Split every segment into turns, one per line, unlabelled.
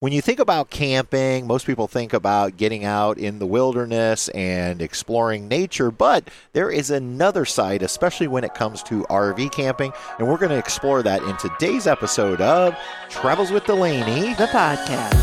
when you think about camping, most people think about getting out in the wilderness and exploring nature, but there is another side, especially when it comes to RV camping, and we're going to explore that in today's episode of Travels with Delaney.
the podcast.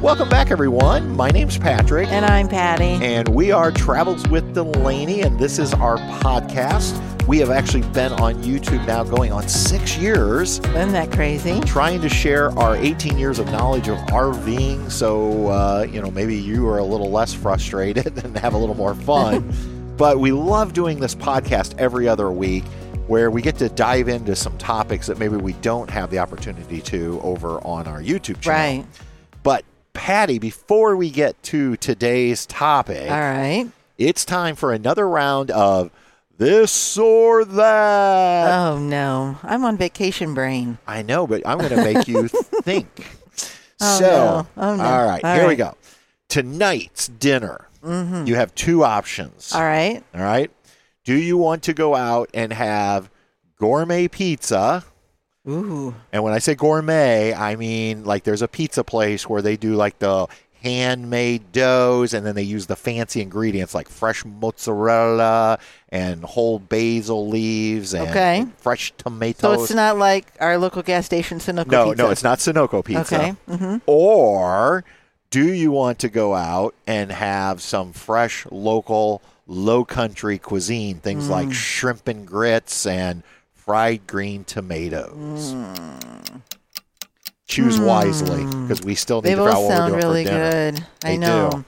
Welcome back, everyone. My name's Patrick.
And I'm Patty.
and we are Travels with Delaney, and this is our podcast. We have actually been on YouTube now going on six years,
Isn't that crazy?
trying to share our 18 years of knowledge of RVing. So, uh, you know, maybe you are a little less frustrated and have a little more fun. but we love doing this podcast every other week where we get to dive into some topics that maybe we don't have the opportunity to over on our YouTube channel.
Right.
But, Patty, before we get to today's topic,
All right.
it's time for another round of this or that.
Oh no, I'm on vacation brain.
I know, but I'm going to make you think.
Oh,
so,
no. Oh, no.
all right,
All
here we
right. Mm-hmm.
go. Tonight's dinner, you have two options.
All right.
all right. Do you want to go out and have gourmet pizza?
Ooh.
And when I say gourmet, I mean like there's a pizza place where they do like the handmade doughs and then they use the fancy ingredients like fresh mozzarella and whole basil leaves and
Okay.
fresh
So
tomatoes.
it's not like our local gas station Sunoco
no,
pizza.
no, it's not Sunoco pizza.
Okay. Mm-hmm.
Or do you want to go out and have some fresh local low country cuisine, things like
Mm.
shrimp and grits and fried green tomatoes? Choose wisely because we still need
Mm. They
to figure out
both
what we're
sound
doing
really
for dinner.
good.
They
I
do.
know.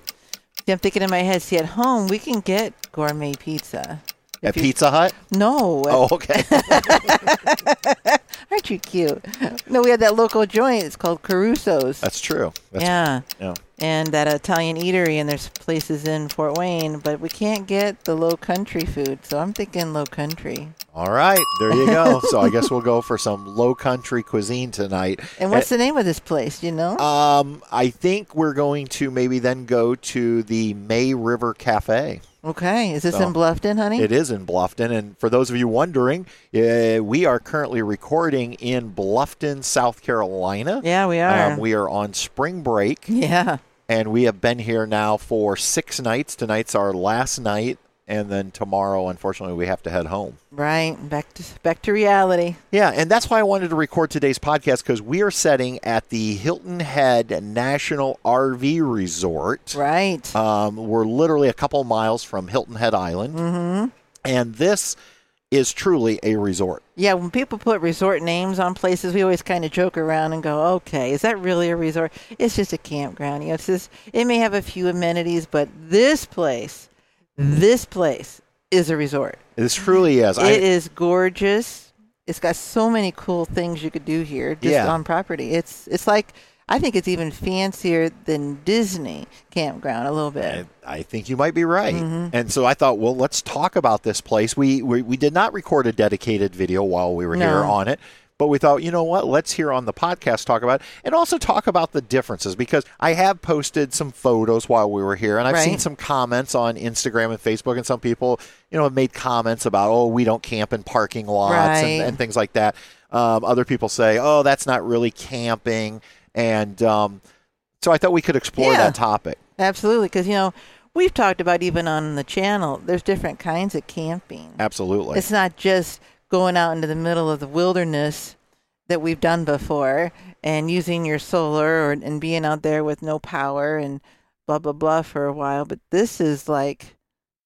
See, I'm thinking in my head. See, at home we can get gourmet pizza.
At
If you-
Pizza Hut?
No,
Oh, okay.
aren't you cute? No, we had that local joint. It's called Caruso's.
That's true. That's,
yeah.
yeah.
and that Italian eatery, and there's places in Fort Wayne, but we can't get the low country food. So I'm thinking low country.
All right. There you go. so I guess we'll go for some low country cuisine tonight.
And what's the name of this place? You know?
Um, I think we're going to maybe then go to the May River Cafe.
okay, is this
so-
in Bluffton, honey?
It is in Bluffton, and for those of you wondering, uh, we are currently recording in Bluffton, South Carolina.
Yeah, we are.
Um, we are on spring break,
yeah.
and we have been here now for six nights. Tonight's our last night, and then tomorrow, unfortunately, we have to head home.
Right. Back to back to reality.
Yeah, and that's why I wanted to record today's podcast because we are setting at the Hilton Head National RV Resort.
Right.
Um, we're literally a couple miles from Hilton Head Island. Mm-hmm. And this is truly a resort.
yeah, when people put resort names on places, we always kind of joke around and go, "Okay, is that really a resort? It's just a campground." You know, it's just it may have a few amenities, but this place, this place is a resort.
This truly is. I,
It is gorgeous. It's got so many cool things you could do here just
Yeah.
on property. It's it's like I think it's even fancier than Disney campground a little bit.
I, I think you might be right.
Mm-hmm.
And so I thought, well, let's talk about this place. We, we, we did not record a dedicated video while we were here
No.
on it. But we thought, you know what? Let's hear on the podcast talk about it and also talk about the differences because I have posted some photos while we were here and I've seen
Right.
some comments on Instagram and Facebook and some people, you know, have made comments about, oh, we don't camp in parking lots and,
Right.
and things like that. Um, other people say, oh, that's not really camping. And um, so I thought we could explore
Yeah.
that topic.
Absolutely, because you know we've talked about even on the channel. There's different kinds of camping.
Absolutely.
It's not just going out into the middle of the wilderness that we've done before and using your solar or, and being out there with no power and blah blah blah for a while. But this is like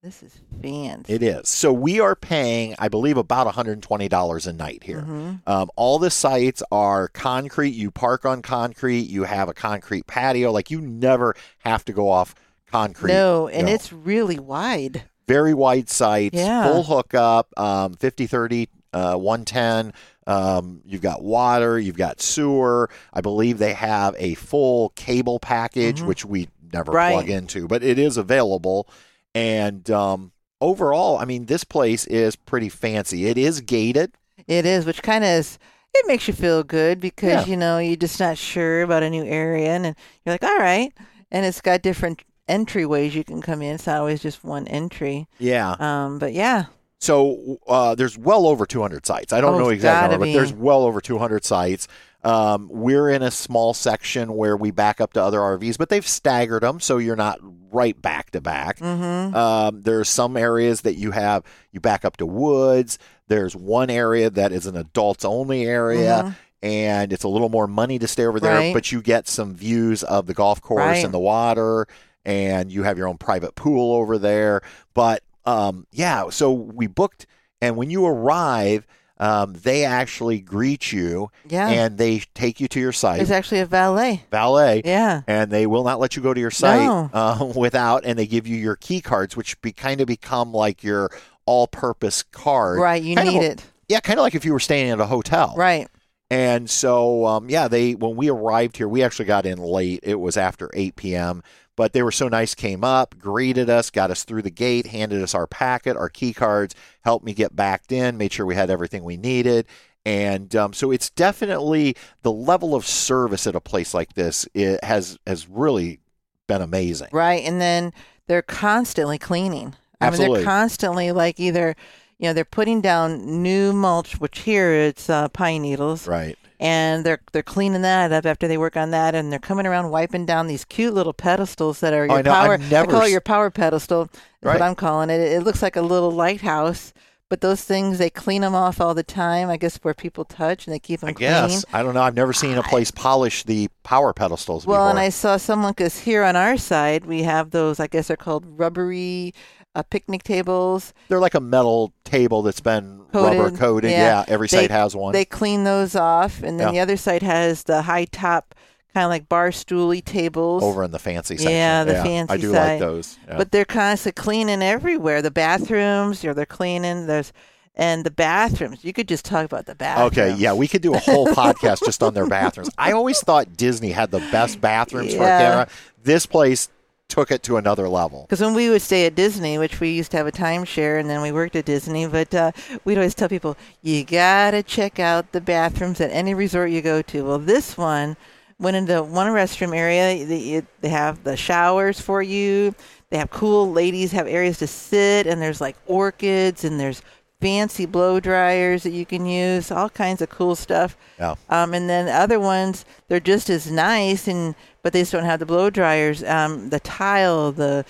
this is fancy.
It is. So we are paying, I believe, about $120 a night here.
Mhm.
Um, all the sites are concrete. You park on concrete. You have a concrete patio. Like you never have to go off concrete.
No, and
No.
it's really wide.
very wide sites,
Yeah.
full hookup, um, 50 30, uh, 110. Um, you've got water, you've got sewer. I believe they have a full cable package, which we never
Mm-hmm. Right.
plug into, but it is available. And um, overall, I mean, this place is pretty fancy. It is gated.
It is, which kind of is. It makes you feel good because
Yeah.
you know you're just not sure about a new area, and, and you're like, all right. And it's got different entryways you can come in. It's not always just one entry.
Yeah.
Um, but yeah,
So uh, there's well over 200 sites. I don't
Oh,
know
it's
exactly,
gotta
but
be.
there's well over 200 sites. Um, we're in a small section where we back up to other RVs, but they've staggered them, so you're not right back to back.
Mm-hmm.
Um, there are some areas that you have you back up to woods. There's one area that is an adults only area, and it's a little more money to stay over there,
Uh-huh. Right.
but you get some views of the golf course
Right.
and the water, and you have your own private pool over there. But um, yeah, so we booked, and when you arrive, um, they actually greet you
Yeah.
and they take you to your site,
It's actually a valet.
valet,
Yeah.
and they will not let you go to your site
No.
uh, without, and they give you your key cards, which be kind of become like your all-purpose card.
Right. You
Kind of
need
a-
it.
Yeah, kind of like if you were staying at a hotel.
Right.
And so, um, yeah, they when we arrived here, we actually got in late. It was after 8 p.m., but they were so nice. Came up, greeted us, got us through the gate, handed us our packet, our key cards, helped me get backed in, made sure we had everything we needed. And um, so, it's definitely the level of service at a place like this it has has really been amazing.
Right. And then they're constantly cleaning. I
Absolutely.
mean, they're constantly like either, you know, they're putting down new mulch, which here it's uh, pine needles,
Right.
and they're they're cleaning that up after they work on that, and they're coming around wiping down these cute little pedestals that are
Oh,
your
I know.
power.
I've never
I call it
s-
your power pedestal. That's
Right.
what I'm calling it. it. It looks like a little lighthouse, but those things they clean them off all the time. I guess where people touch and they keep them
I
clean.
guess I don't know. I've never seen a place polish the power pedestals.
Well, and
before.
I saw someone because here on our side we have those. I guess they're called rubbery uh, picnic tables.
They're like a metal table that's been
Coated,
rubber coated. Yeah,
yeah.
every
They-
site has one.
They clean those off, and then
Yeah.
the other side has the high top kind of like bar stooly tables.
over in the fancy section.
Yeah, the
I
fancy
do like
side.
those. Yeah.
But they're constantly cleaning everywhere. The bathrooms, you know, they're cleaning. There's and the bathrooms. You could just talk about the bathrooms.
okay, yeah, we could do a whole podcast just on their bathrooms. I always thought Disney had the best bathrooms for a
Yeah.
camera. This place took it to another level.
Because when we would stay at Disney, which we used to have a timeshare, and then we worked at Disney, but uh, we'd always tell people, you gotta check out the bathrooms at any resort you go to. Well, this one went into one restroom area. They, it- they have the showers for you. They have cool ladies have areas to sit, and there's like orchids, and there's fancy blow dryers that you can use, all kinds of cool stuff.
Yeah.
Um, and then other ones, they're just as nice, and but they just don't have the blow dryers, um, the tile, the,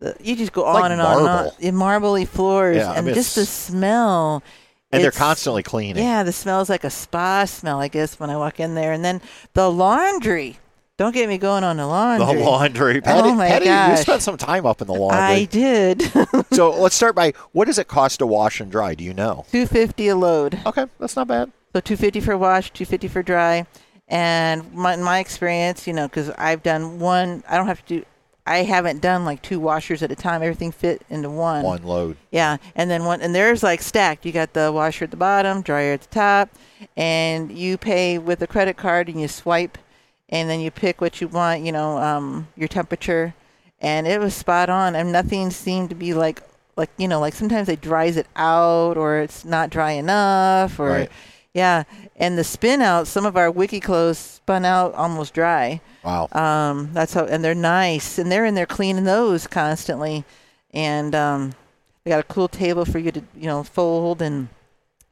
the you just go
like
on and on and on.
marble.
Yeah, marbly floors,
Yeah, I
and
mean,
just the
it's-
smell.
And they're
It's-
constantly cleaning.
Yeah, the smell is like a spa smell, I guess, when I walk in there. And then the laundry. Don't get me going on the
The
laundry.
laundry.
Oh
Patty,
my
Patty, you
gosh.
spent some time up in the laundry.
I did
so let's start by what does it cost to wash and dry? Do you know?
two fifty a load.
Okay, that's not bad.
So 250 for wash, 250 for dry. And my, in my experience, you know, because I've done one, I don't have to do, I haven't done like two washers at a time. Everything fit into one.
One load.
Yeah. And then one, and there's like stacked. You got the washer at the bottom, dryer at the top, and you pay with a credit card and you swipe and then you pick what you want, you know, um, your temperature. And it was spot on. And nothing seemed to be like, like, you know, like sometimes it dries it out or it's not dry enough or,
Right.
yeah. And the spin out, some of our wiki clothes spun out almost dry.
Wow.
Um, that's how, and they're nice, and they're in there cleaning those constantly, and um, they got a cool table for you to you know fold and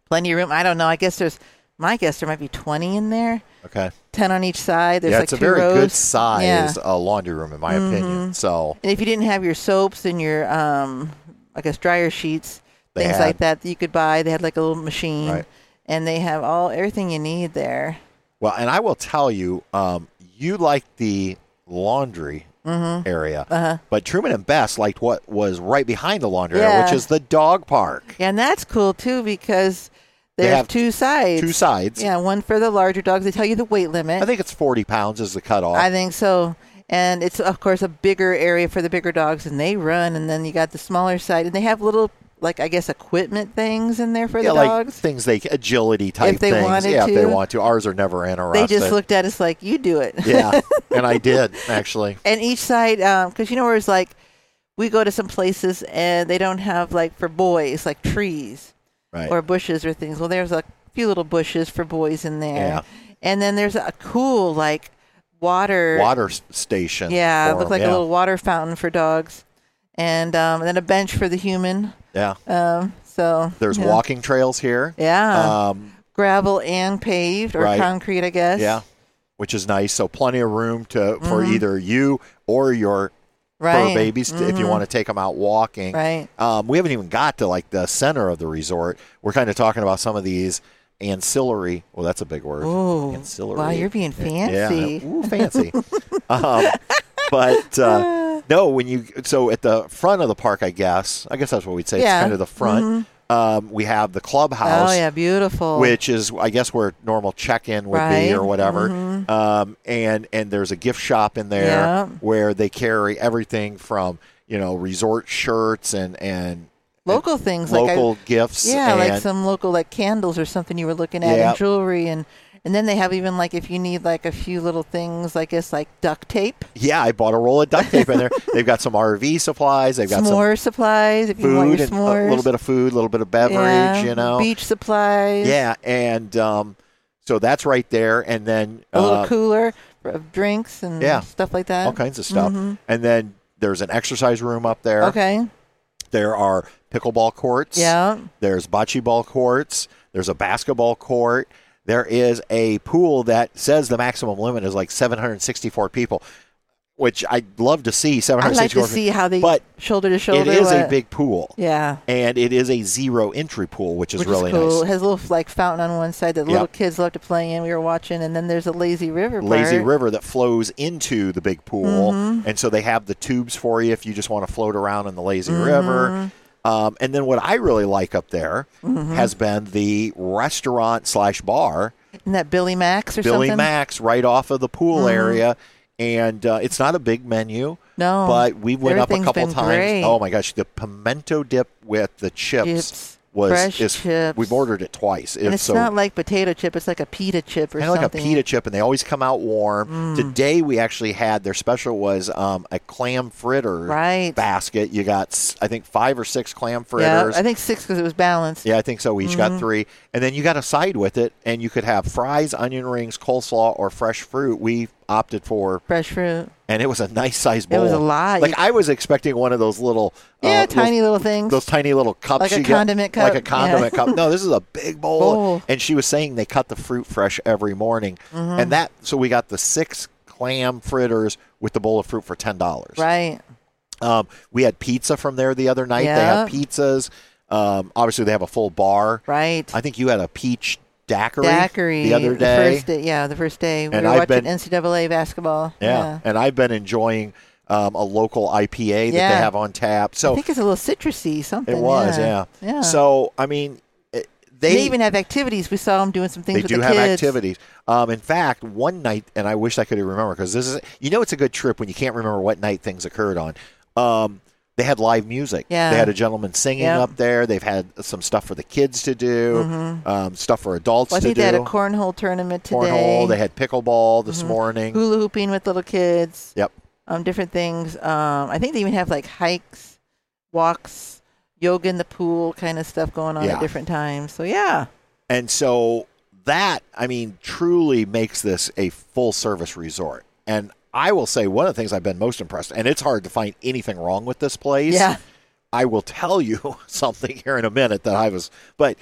plenty of room. I don't know. I guess there's my guess there might be twenty in there,
okay.
ten on each side. There's
yeah,
like
it's a
two
very
rows.
good size
Yeah. Mm-hmm.
uh, laundry room, in my opinion. So
And if you didn't have your soaps and your um, I guess dryer sheets,
They
things
had-
like that, that you could buy. They had like a little machine,
Right.
and they have all everything you need there.
Well, and I will tell you, um, you liked the laundry
Mm-hmm.
area,
Uh-huh.
but Truman and Bess liked what was right behind the laundry area, which
Yeah.
is the dog park.
Yeah, and that's cool too because there's
have
two sides.
Two sides.
Yeah, one for the larger dogs. They tell you the weight limit.
I think it's 40 pounds is the cutoff.
I think so. And it's of course a bigger area for the bigger dogs, and they run. And then you got the smaller side, and they have little like I guess equipment things in there for
yeah,
the
like
dogs.
things they agility type
If they
things.
wanted
yeah, if they
to.
want to. Ours are never
They
interrupted.
just looked at us like you do it.
yeah, and I did actually.
and each side, because you know where it's like we go to some places and they don't have like for boys like trees.
Right.
or bushes or things. Well, there's a few little bushes for boys in there.
Yeah.
And then there's a cool like water.
Water s- station.
Yeah,
for
it looked
'em,
like
yeah.
a little water fountain for dogs, and um, and then a bench for the human.
Yeah,
Um, so
there's
yeah.
walking trails here.
Yeah,
Um,
gravel and paved or
Right.
concrete, I guess.
Yeah. Which is nice. So plenty of room to for
Mhm.
either you or your
Right.
fur babies t- if you
Mhm.
want to take them out walking.
Right.
Um, we haven't even got to like the center of the resort. We're kind of talking about some of these ancillary. Well, that's a big word.
Ooh.
Ancillary.
Wow, you're being fancy.
Yeah. Ooh, fancy. um, but uh, no, when you so at the front of the park, I guess I guess that's what we'd say. It's
Yeah. Mm-hmm.
kind of the front. Um, we have the clubhouse
Oh yeah, beautiful.
which is I guess where normal check-in would be
Right. Mm-hmm.
or whatever. Um, and and there's a gift shop in there
Yeah.
where they carry everything from you know resort shirts and and
local things like I-
local gifts.
Yeah,
and,
like some local like candles or something you were looking at
Yeah.
and jewelry and and then they have even like if you need like a few little things, I guess like duct tape,
yeah. I bought a roll of duct tape in there. They've got some RV supplies. They've got some
s'more supplies if you want
food
your
and
s'mores.
a little bit of food, a little bit of beverage.
yeah,
You know,
beach supplies.
yeah, and um, so that's right there. And then
a little
uh,
cooler of drinks and
yeah.
stuff like that.
all kinds of stuff.
Mhm.
And then there's an exercise room up there.
Okay.
There are pickleball courts.
Yeah.
There's bocce ball courts. There's a basketball court. There is a pool that says the maximum limit is like 764 people, which I'd love to see.
I'd like
764.
to see how they
but
shoulder to
it
shoulder.
is a
what-
big pool,
Yeah.
and it is a zero entry pool, which is
Which
really
is cool.
nice.
It has a little like fountain on one side that
Yeah.
little kids love to play in. We were watching, and then there's a lazy river.
Lazy
part.
river that flows into the big pool,
Mm-hmm.
and so they have the tubes for you if you just want to float around in the lazy
Mm-hmm.
river. Um, and then what I really like up there
Mm-hmm.
has been the restaurant slash bar
Isn't that Billy Max or
Billy
something? Mm-hmm.
Max right off of the pool area, and uh, it's not a big menu.
No.
but we went up a
everything's
couple
been
times.
great.
Oh my gosh, the pimento dip with the chips,
Chips.
was
Fresh
is,
chips.
We've ordered it twice.
and it's
so
not like potato chip. It's like a pita chip or
kind of like a
something. Mm.
pita chip, and they always come out warm. Today we actually had their special was um, a clam fritter
Right.
basket. You got s- I think five or six clam
Yeah,
fritters.
I think six because it was balanced.
Yeah, I think so. We each
Mm-hmm.
got three, and then you got a side with it, and you could have fries, onion rings, coleslaw, or fresh fruit. We opted for
Fresh fruit.
and it was a nice size bowl.
It was a lot.
Like I was expecting one of those little,
yeah,
uh,
tiny
those,
little things.
those tiny little cups,
Like a
you get-
condiment cup,
like a condiment cup. No, this is a big bowl.
Bowl. Mm-hmm.
And she was saying they cut the fruit fresh every morning, and that so we got the six clam fritters with the bowl of fruit for ten dollars.
right.
Um, we had pizza from there the other night. They have
Yeah.
pizzas. Um, obviously, they have a full bar.
Right.
I think you had a peach daiquiri,
Daiquiri.
the other day.
first day. Yeah, the first day. We
And
were
I've
watching
been-
NCAA basketball.
Yeah. and I've been enjoying um, a local IPA that
Yeah.
they have on tap.
I
So
think it's a little citrusy something.
It Oh. was, yeah.
Yeah.
So I mean, it, they,
they, even have activities. We saw them doing some things
they
with
do
the
have
kids.
activities. Um, in fact, one night, and I wish I could remember because this is you know it's a good trip when you can't remember what night things occurred on. Um, they had live music.
Yeah.
They had a gentleman singing
Yep.
up there. They've had some stuff for the kids to do, um, stuff for adults
Mm-hmm. Well, I
to
think
do.
they had a cornhole tournament today. Mm-hmm.
Cornhole. They had pickleball this morning.
hula hooping with little kids.
Yep.
um, different things. Um, I think they even have like hikes, walks, yoga in the pool kind of stuff going on
Yeah.
at different times. So yeah,
And so that, I mean, truly makes this a full service resort. And I will say one of the things I've been most impressed, and it's hard to find anything wrong with this place.
yeah,
I will tell you something here in a minute that I was, but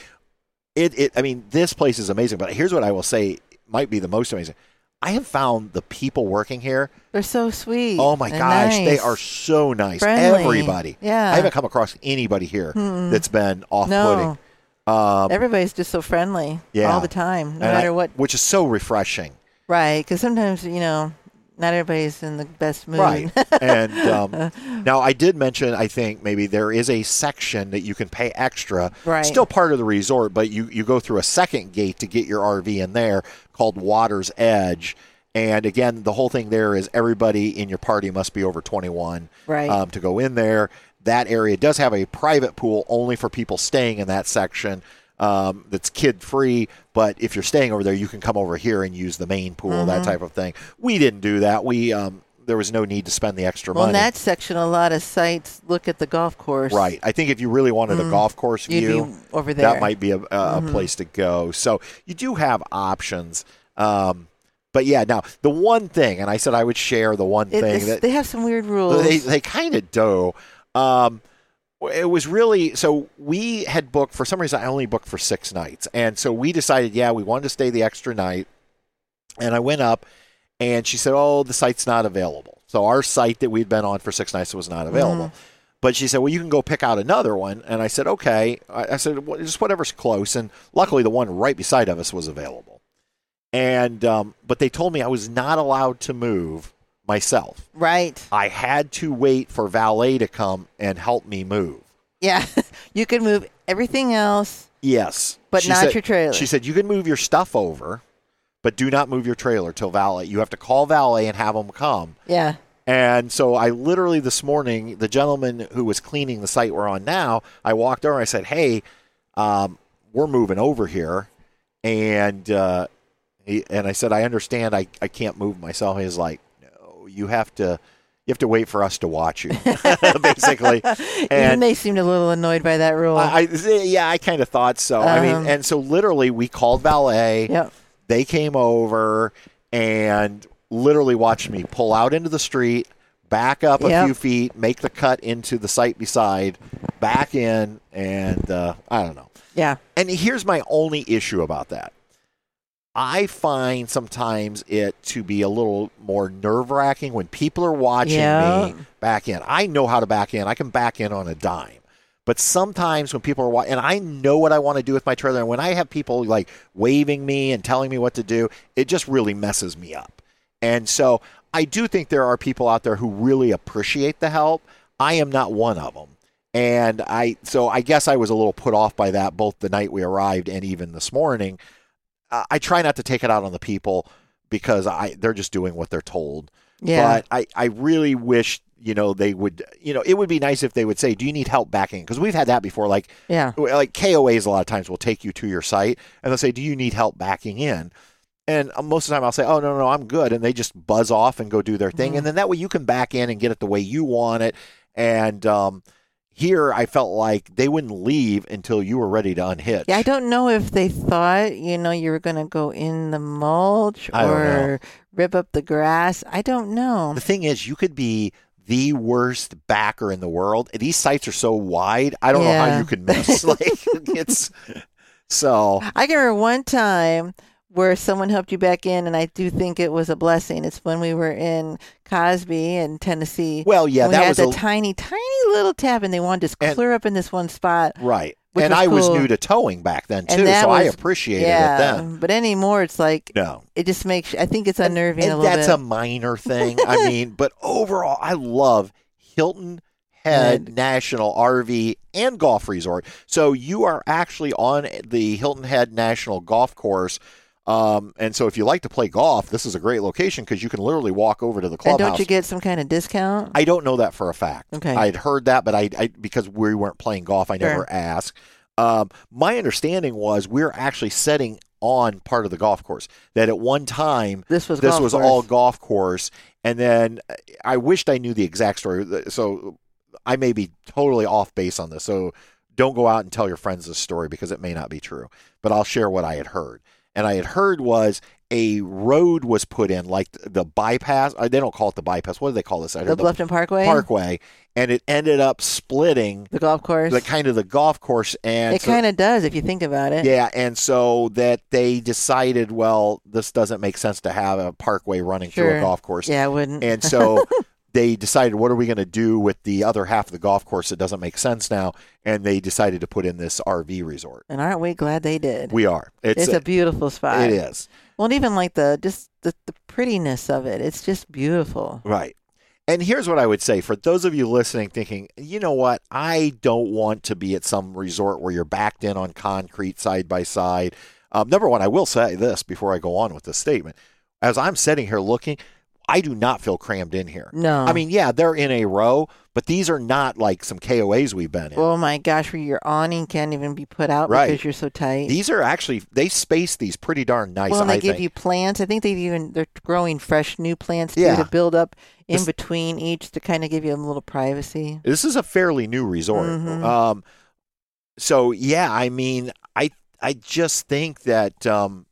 it, it, I mean, this place is amazing. But here's what I will say might be the most amazing. I have found the people working here.
they're so sweet.
Oh my
and
gosh, they
nice.
are so nice.
Friendly.
Everybody.
Yeah.
I haven't come across anybody here that's been Um, off putting.
No, everybody's just so friendly.
Yeah.
all the time, no matter what.
Which is so refreshing.
Right? Because sometimes you know, not everybody's in the best mood.
Right. and um, now I did mention, I think maybe there is a section that you can pay extra.
Right.
Still part of the resort, but you, you go through a second gate to get your RV in there called Water's Edge. And again, the whole thing there is everybody in your party must be over 21
Right.
um, to go in there. That area does have a private pool only for people staying in that section um, that's kid free. But if you're staying over there, you can come over here and use the main pool,
Mm-hmm.
that type of thing. We didn't do that. We um, there was no need to spend the extra
well, in
money.
that section, a lot of sites look at the golf course.
right. I think if you really wanted a golf course
Mm. You'd
view,
be over there. Mm-hmm.
that might be a, a, a place to go. So you do have options. Um, but yeah, now the one thing, and I said I would share the one
It-
thing
it's-
that
they have some weird rules.
they, they kind of do. Um, it was really so we had booked for some reason I only booked for six nights, and so we decided yeah we wanted to stay the extra night, and I went up, and she said oh the site's not available. So our site that we'd been on for six nights was not available. But she said, "Well, you can go pick out another one." And I said, "Okay." I I said, well, "Just whatever's close." And luckily, the one right beside of us was available. And um, but they told me I was not allowed to move myself.
Right.
I had to wait for valet to come and help me move.
Yeah. you could move everything else,
Yes,
but
She
not
said-
your trailer.
She said you can move your stuff over, but do not move your trailer till valet. You have to call valet and have them come.
yeah.
And so I literally this morning, the gentleman who was cleaning the site we're on now, I walked over. and I said, "Hey, um, we're moving over here," and uh, he, and I said, "I understand. I, I can't move myself." He's like, "No, you have to." You have to wait for us to watch you, basically.
Even they seemed a little annoyed by that rule.
I, I yeah, I kind of thought so. I mean,
Um,
and so literally, we called valet.
yep.
They came over and literally watched me pull out into the street, back up a
Yep.
few feet, make the cut into the site beside, back in, and uh, I don't know.
Yeah.
And here's my only issue about that. I find sometimes it to be a little more nerve wracking when people are watching
Yeah.
me back in. I know how to back in. I can back in on a dime. But sometimes when people are watching, and I know what I want to do with my trailer, and when I have people like waving me and telling me what to do, it just really messes me up. And so I do think there are people out there who really appreciate the help. I am not one of them. And I, so I guess I was a little put off by that both the night we arrived and even this morning. I I try not to take it out on the people because I they're just doing what they're told.
Yeah.
But I, I really wish, you know, they would, you know, it would be nice if they would say, do you need help backing? Because we've had that before. Like,
yeah.
like KOAs a lot of times will take you to your site and they'll say, "Do you need help backing in?" And uh, most of the time I'll say, "Oh no, no, no, I'm good," and they just buzz off and go do their thing,
Mm-hmm.
and then that way you can back in and get it the way you want it. And um, here I felt like they wouldn't leave until you were ready to unhitch.
Yeah, I don't know if they thought, you know, you were going to go in the mulch
I don't
or rip up the grass. I don't know.
The thing is, you could be the worst backer in the world. These sites are so wide. I don't know how
Yeah.
you can miss. like it's so.
I can remember one time where someone helped you back in, and I do think it was a blessing. It's when we were in Cosby in Tennessee.
Well, yeah,
And we
that
had
was
the
a,
tiny, tiny little tab, and they wanted to
And-
clear up in this one spot.
Right.
which
and
was
I was
cool.
new to towing back then
And
too,
that
so I
was-
appreciated it then.
yeah, um, but anymore, it's like
No.
it just makes. I think it's unnerving a
And
little
that's
bit.
a minor thing. I mean, but overall I love Hilton Head National RV and Golf Resort. So you are actually on the Hilton Head National Golf Course. Um, and so if you like to play golf, this is a great location because you can literally walk over to the
and
clubhouse.
don't you get some kind of discount?
I don't know that for a fact.
Okay.
I'd heard that, but I, I because we weren't playing golf, I
Sure.
never asked. Um, my understanding was we were actually setting on part of the golf course. That at one time
this was
this
golf
was
course.
all golf course, and then uh, I wished I knew the exact story. So I may be totally off base on this. So don't go out and tell your friends this story because it may not be true. But I'll share what I had heard. And I had heard was a road was put in, like the bypass. uh, They don't call it the bypass. What do they call this? I
the
heard the
Bluffton Parkway,
Parkway, and it ended up splitting
the golf course.
the kind of the golf course and
it kind of does if you think about it.
yeah, and so that they decided, well, this doesn't make sense to have a parkway running through a
Sure.
golf course,
Yeah, I wouldn't.
and so they decided, what are we going to do with the other half of the golf course that doesn't make sense now? And they decided to put in this RV resort.
and aren't we glad they did?
We are. It's,
it's a beautiful spot.
it is
Well, and even like the just the, the prettiness of it. It's just beautiful.
right. And here's what I would say for those of you listening, thinking, you know what, I don't want to be at some resort where you're backed in on concrete side by side. Um, number one, I will say this before I go on with this statement. As I'm sitting here looking, I do not feel crammed in here.
No,
I mean, yeah, they're in a row, but these are not like some KOAs we've been in.
oh my gosh, where your awning can't even be put out
Right.
because you're so tight.
These are actually they space these pretty darn nice.
well, and they
I
give
think.
you plants. I think they've even they're growing fresh new plants too
Yeah.
to build up in
This-
between each to kind of give you a little privacy.
This is a fairly new resort.
Mhm.
Um, so yeah, I mean, I I just think that um,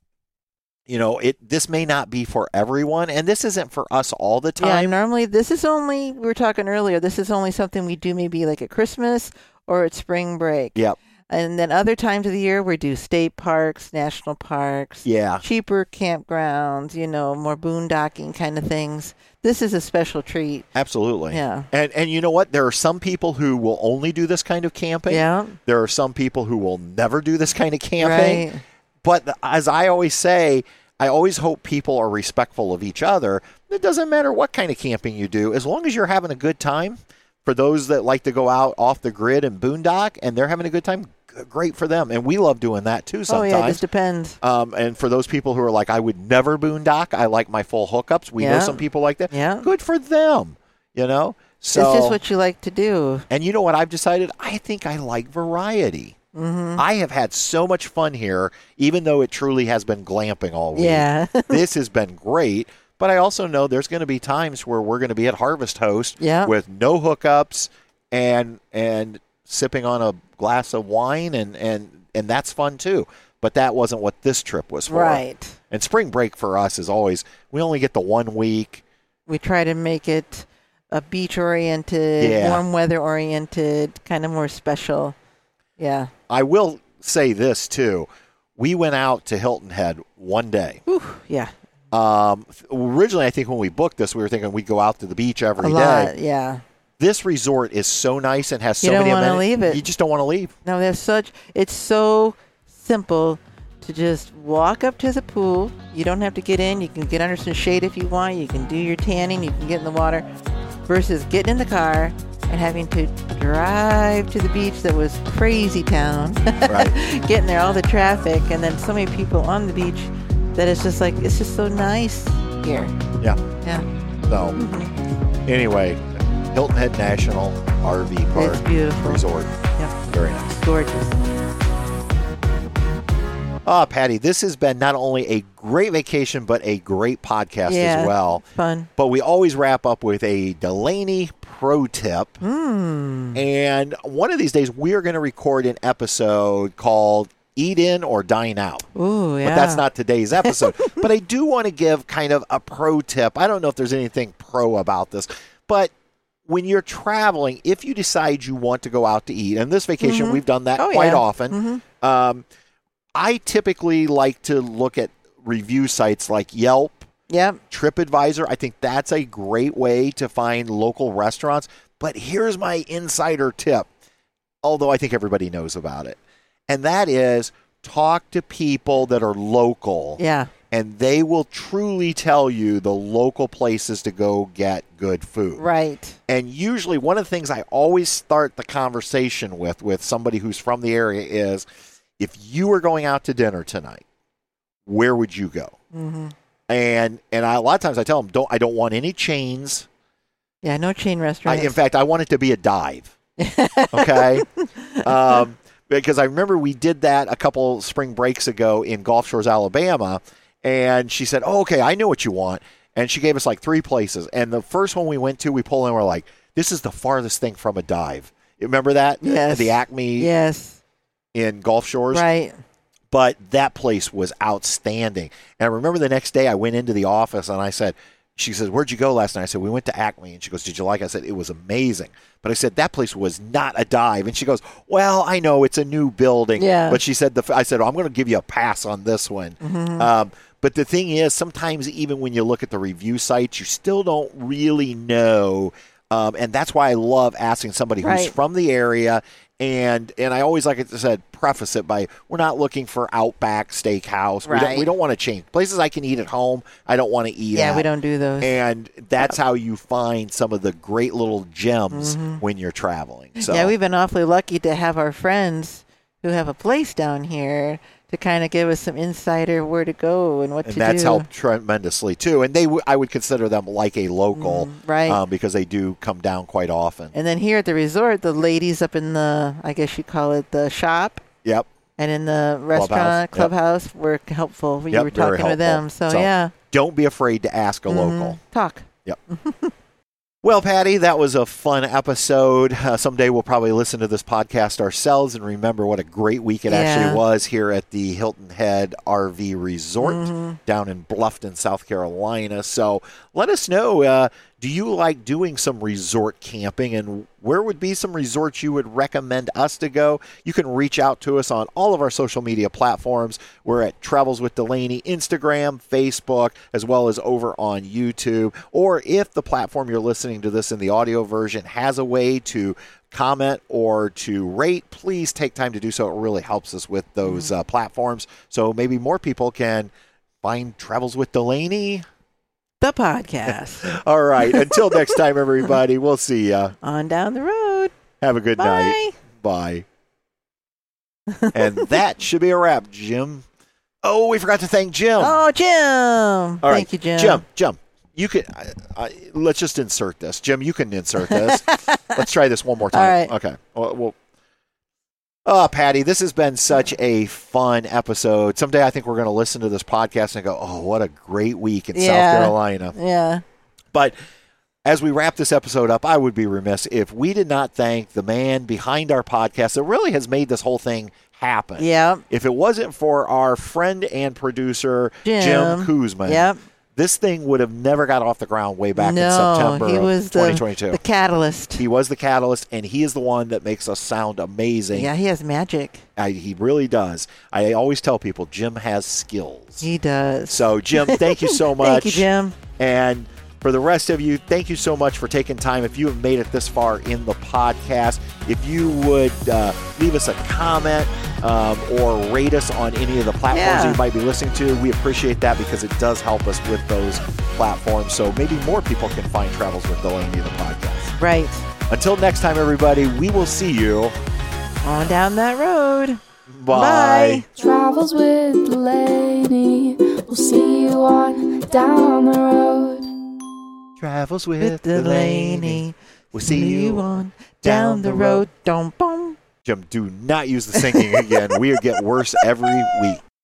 you know it. This may not be for everyone, and this isn't for us all the
Yeah,
time.
normally this is only we were talking earlier. This is only something we do maybe like at Christmas or it's spring break.
Yep.
And then other times of the year, we do state parks, national parks,
Yeah.
cheaper campgrounds, you know, more boondocking kind of things. This is a special treat.
Absolutely.
Yeah.
And and you know what? There are some people who will only do this kind of camping.
Yeah.
There are some people who will never do this kind of camping.
Right.
But th- as I always say, I always hope people are respectful of each other. It doesn't matter what kind of camping you do, as long as you're having a good time. For those that like to go out off the grid and boondock and they're having a good time, g- great for them. And we love doing that too
Oh,
sometimes.
yeah. It just depends.
Um, and for those people who are like, I would never boondock. I like my full hookups. We
Yeah.
know some people like that.
Yeah.
Good for them. You know. So
it's just what you like to do.
and you know what I've decided? I think I like variety.
Mm-hmm.
I have had so much fun here, even though it truly has been glamping all week.
Yeah.
this has been great. But I also know there's going to be times where we're going to be at Harvest Host
Yeah.
with no hookups and and sipping on a glass of wine and and and that's fun too. But that wasn't what this trip was for.
right.
And spring break for us is always we only get the one week.
We try to make it a beach oriented,
Yeah.
warm weather oriented, kind of more special. Yeah.
I will say this too. We went out to Hilton Head one day.
Whew, yeah.
Um, originally, I think when we booked this, we were thinking we'd go out to the beach every
A
day.
lot. Yeah.
This resort is so nice and has so
You don't
many
wanna
amenities.
leave it.
You just don't want to leave.
No, there's such. It's so simple to just walk up to the pool. You don't have to get in. You can get under some shade if you want. You can do your tanning. You can get in the water. Versus getting in the car and having to drive to the beach that was crazy town.
Right.
getting there, all the traffic, and then so many people on the beach that it's just like it's just so nice here.
yeah.
Yeah,
So, anyway, Hilton Head National RV Park
it's beautiful.
Resort.
Yeah,
Very nice.
gorgeous.
Ah, Patty, this has been not only a great vacation, but a great podcast
yeah,
as well.
Fun.
But we always wrap up with a Delaney pro tip.
Mm.
And one of these days, we are going to record an episode called Eat In or Dine Out.
Ooh, yeah.
But that's not today's episode. but I do want to give kind of a pro tip. I don't know if there's anything pro about this, but when you're traveling, if you decide you want to go out to eat, and this vacation we've done that
Oh,
quite
yeah. Mm-hmm.
often, um, I typically like to look at review sites like Yelp
Yep.
TripAdvisor. I think that's a great way to find local restaurants. But here's my insider tip, although I think everybody knows about it, and that is talk to people that are local,
Yeah.
and they will truly tell you the local places to go get good food.
Right.
And usually, one of the things I always start the conversation with with somebody who's from the area is, if you were going out to dinner tonight, where would you go?
Mm-hmm.
and and I, a lot of times I tell them don't I don't want any chains.
Yeah, no chain
I,
restaurant.
in fact, I want it to be a dive. Okay, um, because I remember we did that a couple spring breaks ago in Gulf Shores, Alabama, and she said, oh, "Okay, I know what you want," and she gave us like three places. And the first one we went to, we pulled in, we're like, "This is the farthest thing from a dive." You Remember that?
Yes.
The Acme
yes.
in Gulf Shores.
Right.
but that place was outstanding. And I remember the next day I went into the office and I said, she says, Where'd you go last night? I said, We went to Acme. And she goes, Did you like it? I said, It was amazing. But I said, That place was not a dive. And she goes, Well, I know it's a new building.
Yeah.
But she said, the, I said, "Oh, I'm going to give you a pass on this one.
Mm-hmm.
Um, but the thing is, sometimes even when you look at the review sites, you still don't really know. Um, and that's why I love asking somebody who's
Right.
from the area. And and I always like I said preface it by we're not looking for Outback Steakhouse. We don't,
Right.
we don't want to change places I can eat at home. I don't want to eat.
Yeah,
at.
we don't do those.
And that's how you find some of the great little gems when you're traveling. So
Mm-hmm. Yeah, we've been awfully lucky to have our friends who have a place down here to kind of give us some insider where to go and what
and
to
that's
do.
helped tremendously too. And they w- I would consider them like a local,
Mm, Mm-hmm. right.
um, because they do come down quite often.
And then here at the resort, the ladies up in the, I guess you call it the shop
yep.
and in the restaurant,
Clubhouse, yep.
clubhouse, were helpful. You
Yep,
were
very
talking to them.
helpful.
So,
So,
yeah.
Don't be afraid to ask a
Mhm.
local.
Talk.
Well, Patty, that was a fun episode. Uh, someday we'll probably listen to this podcast ourselves and remember what a great week it actually
Yeah.
was here at the Hilton Head
Mm-hmm.
RV Resort down in Bluffton, South Carolina. So let us know. Uh, do you like doing some resort camping and where would be some resorts you would recommend us to go you can reach out to us on all of our social media platforms we're at travels with delaney instagram facebook as well as over on youtube or if the platform you're listening to this in the audio version has a way to comment or to rate please take time to do so it really helps us with those uh, platforms so maybe more people can find travels with delaney
The podcast
all right. Until next time, everybody, we'll see ya.
on down the road.
Have a good night.
Bye.
Bye. and that should be a wrap, Jim. Oh, we forgot to thank Jim.
Oh, Jim.
All
Thank
right,
you, Jim.
Jim, Jim, you can. I, I, let's just insert this, Jim. You can insert this. let's try this one more time.
All right.
Okay. Well, well. Oh, Patty, this has been such a fun episode. Someday I think we're going to listen to this podcast and go, "Oh, what a great week in
Yeah.
South Carolina."
Yeah.
But as we wrap this episode up, I would be remiss if we did not thank the man behind our podcast that really has made this whole thing happen.
Yep.
If it wasn't for our friend and producer, Jim,
Jim.
Kuzman,
Yep.
this thing would have never got off the ground way back in
no,
September
he
of
was the,
2022.
the catalyst.
he was the catalyst, and he is the one that makes us sound amazing.
yeah, he has magic.
I, he really does. I always tell people Jim has skills.
He does.
so, Jim, thank you so much.
Thank you, Jim.
And for the rest of you, thank you so much for taking time. If you have made it this far in the podcast, if you would uh, leave us a comment um, or rate us on any of the platforms
Yeah.
that you might be listening to, we appreciate that because it does help us with those platforms. So maybe more people can find Travels with Delaney the podcast.
Right.
Until next time, everybody, we will see you.
On down that road.
Bye.
Bye.
Travels with the lady. We'll see you on down the road.
Travels
With Delaney.
We'll see you.
on down the road. Don't boom.
Jim, do not use the singing again. we get worse every week.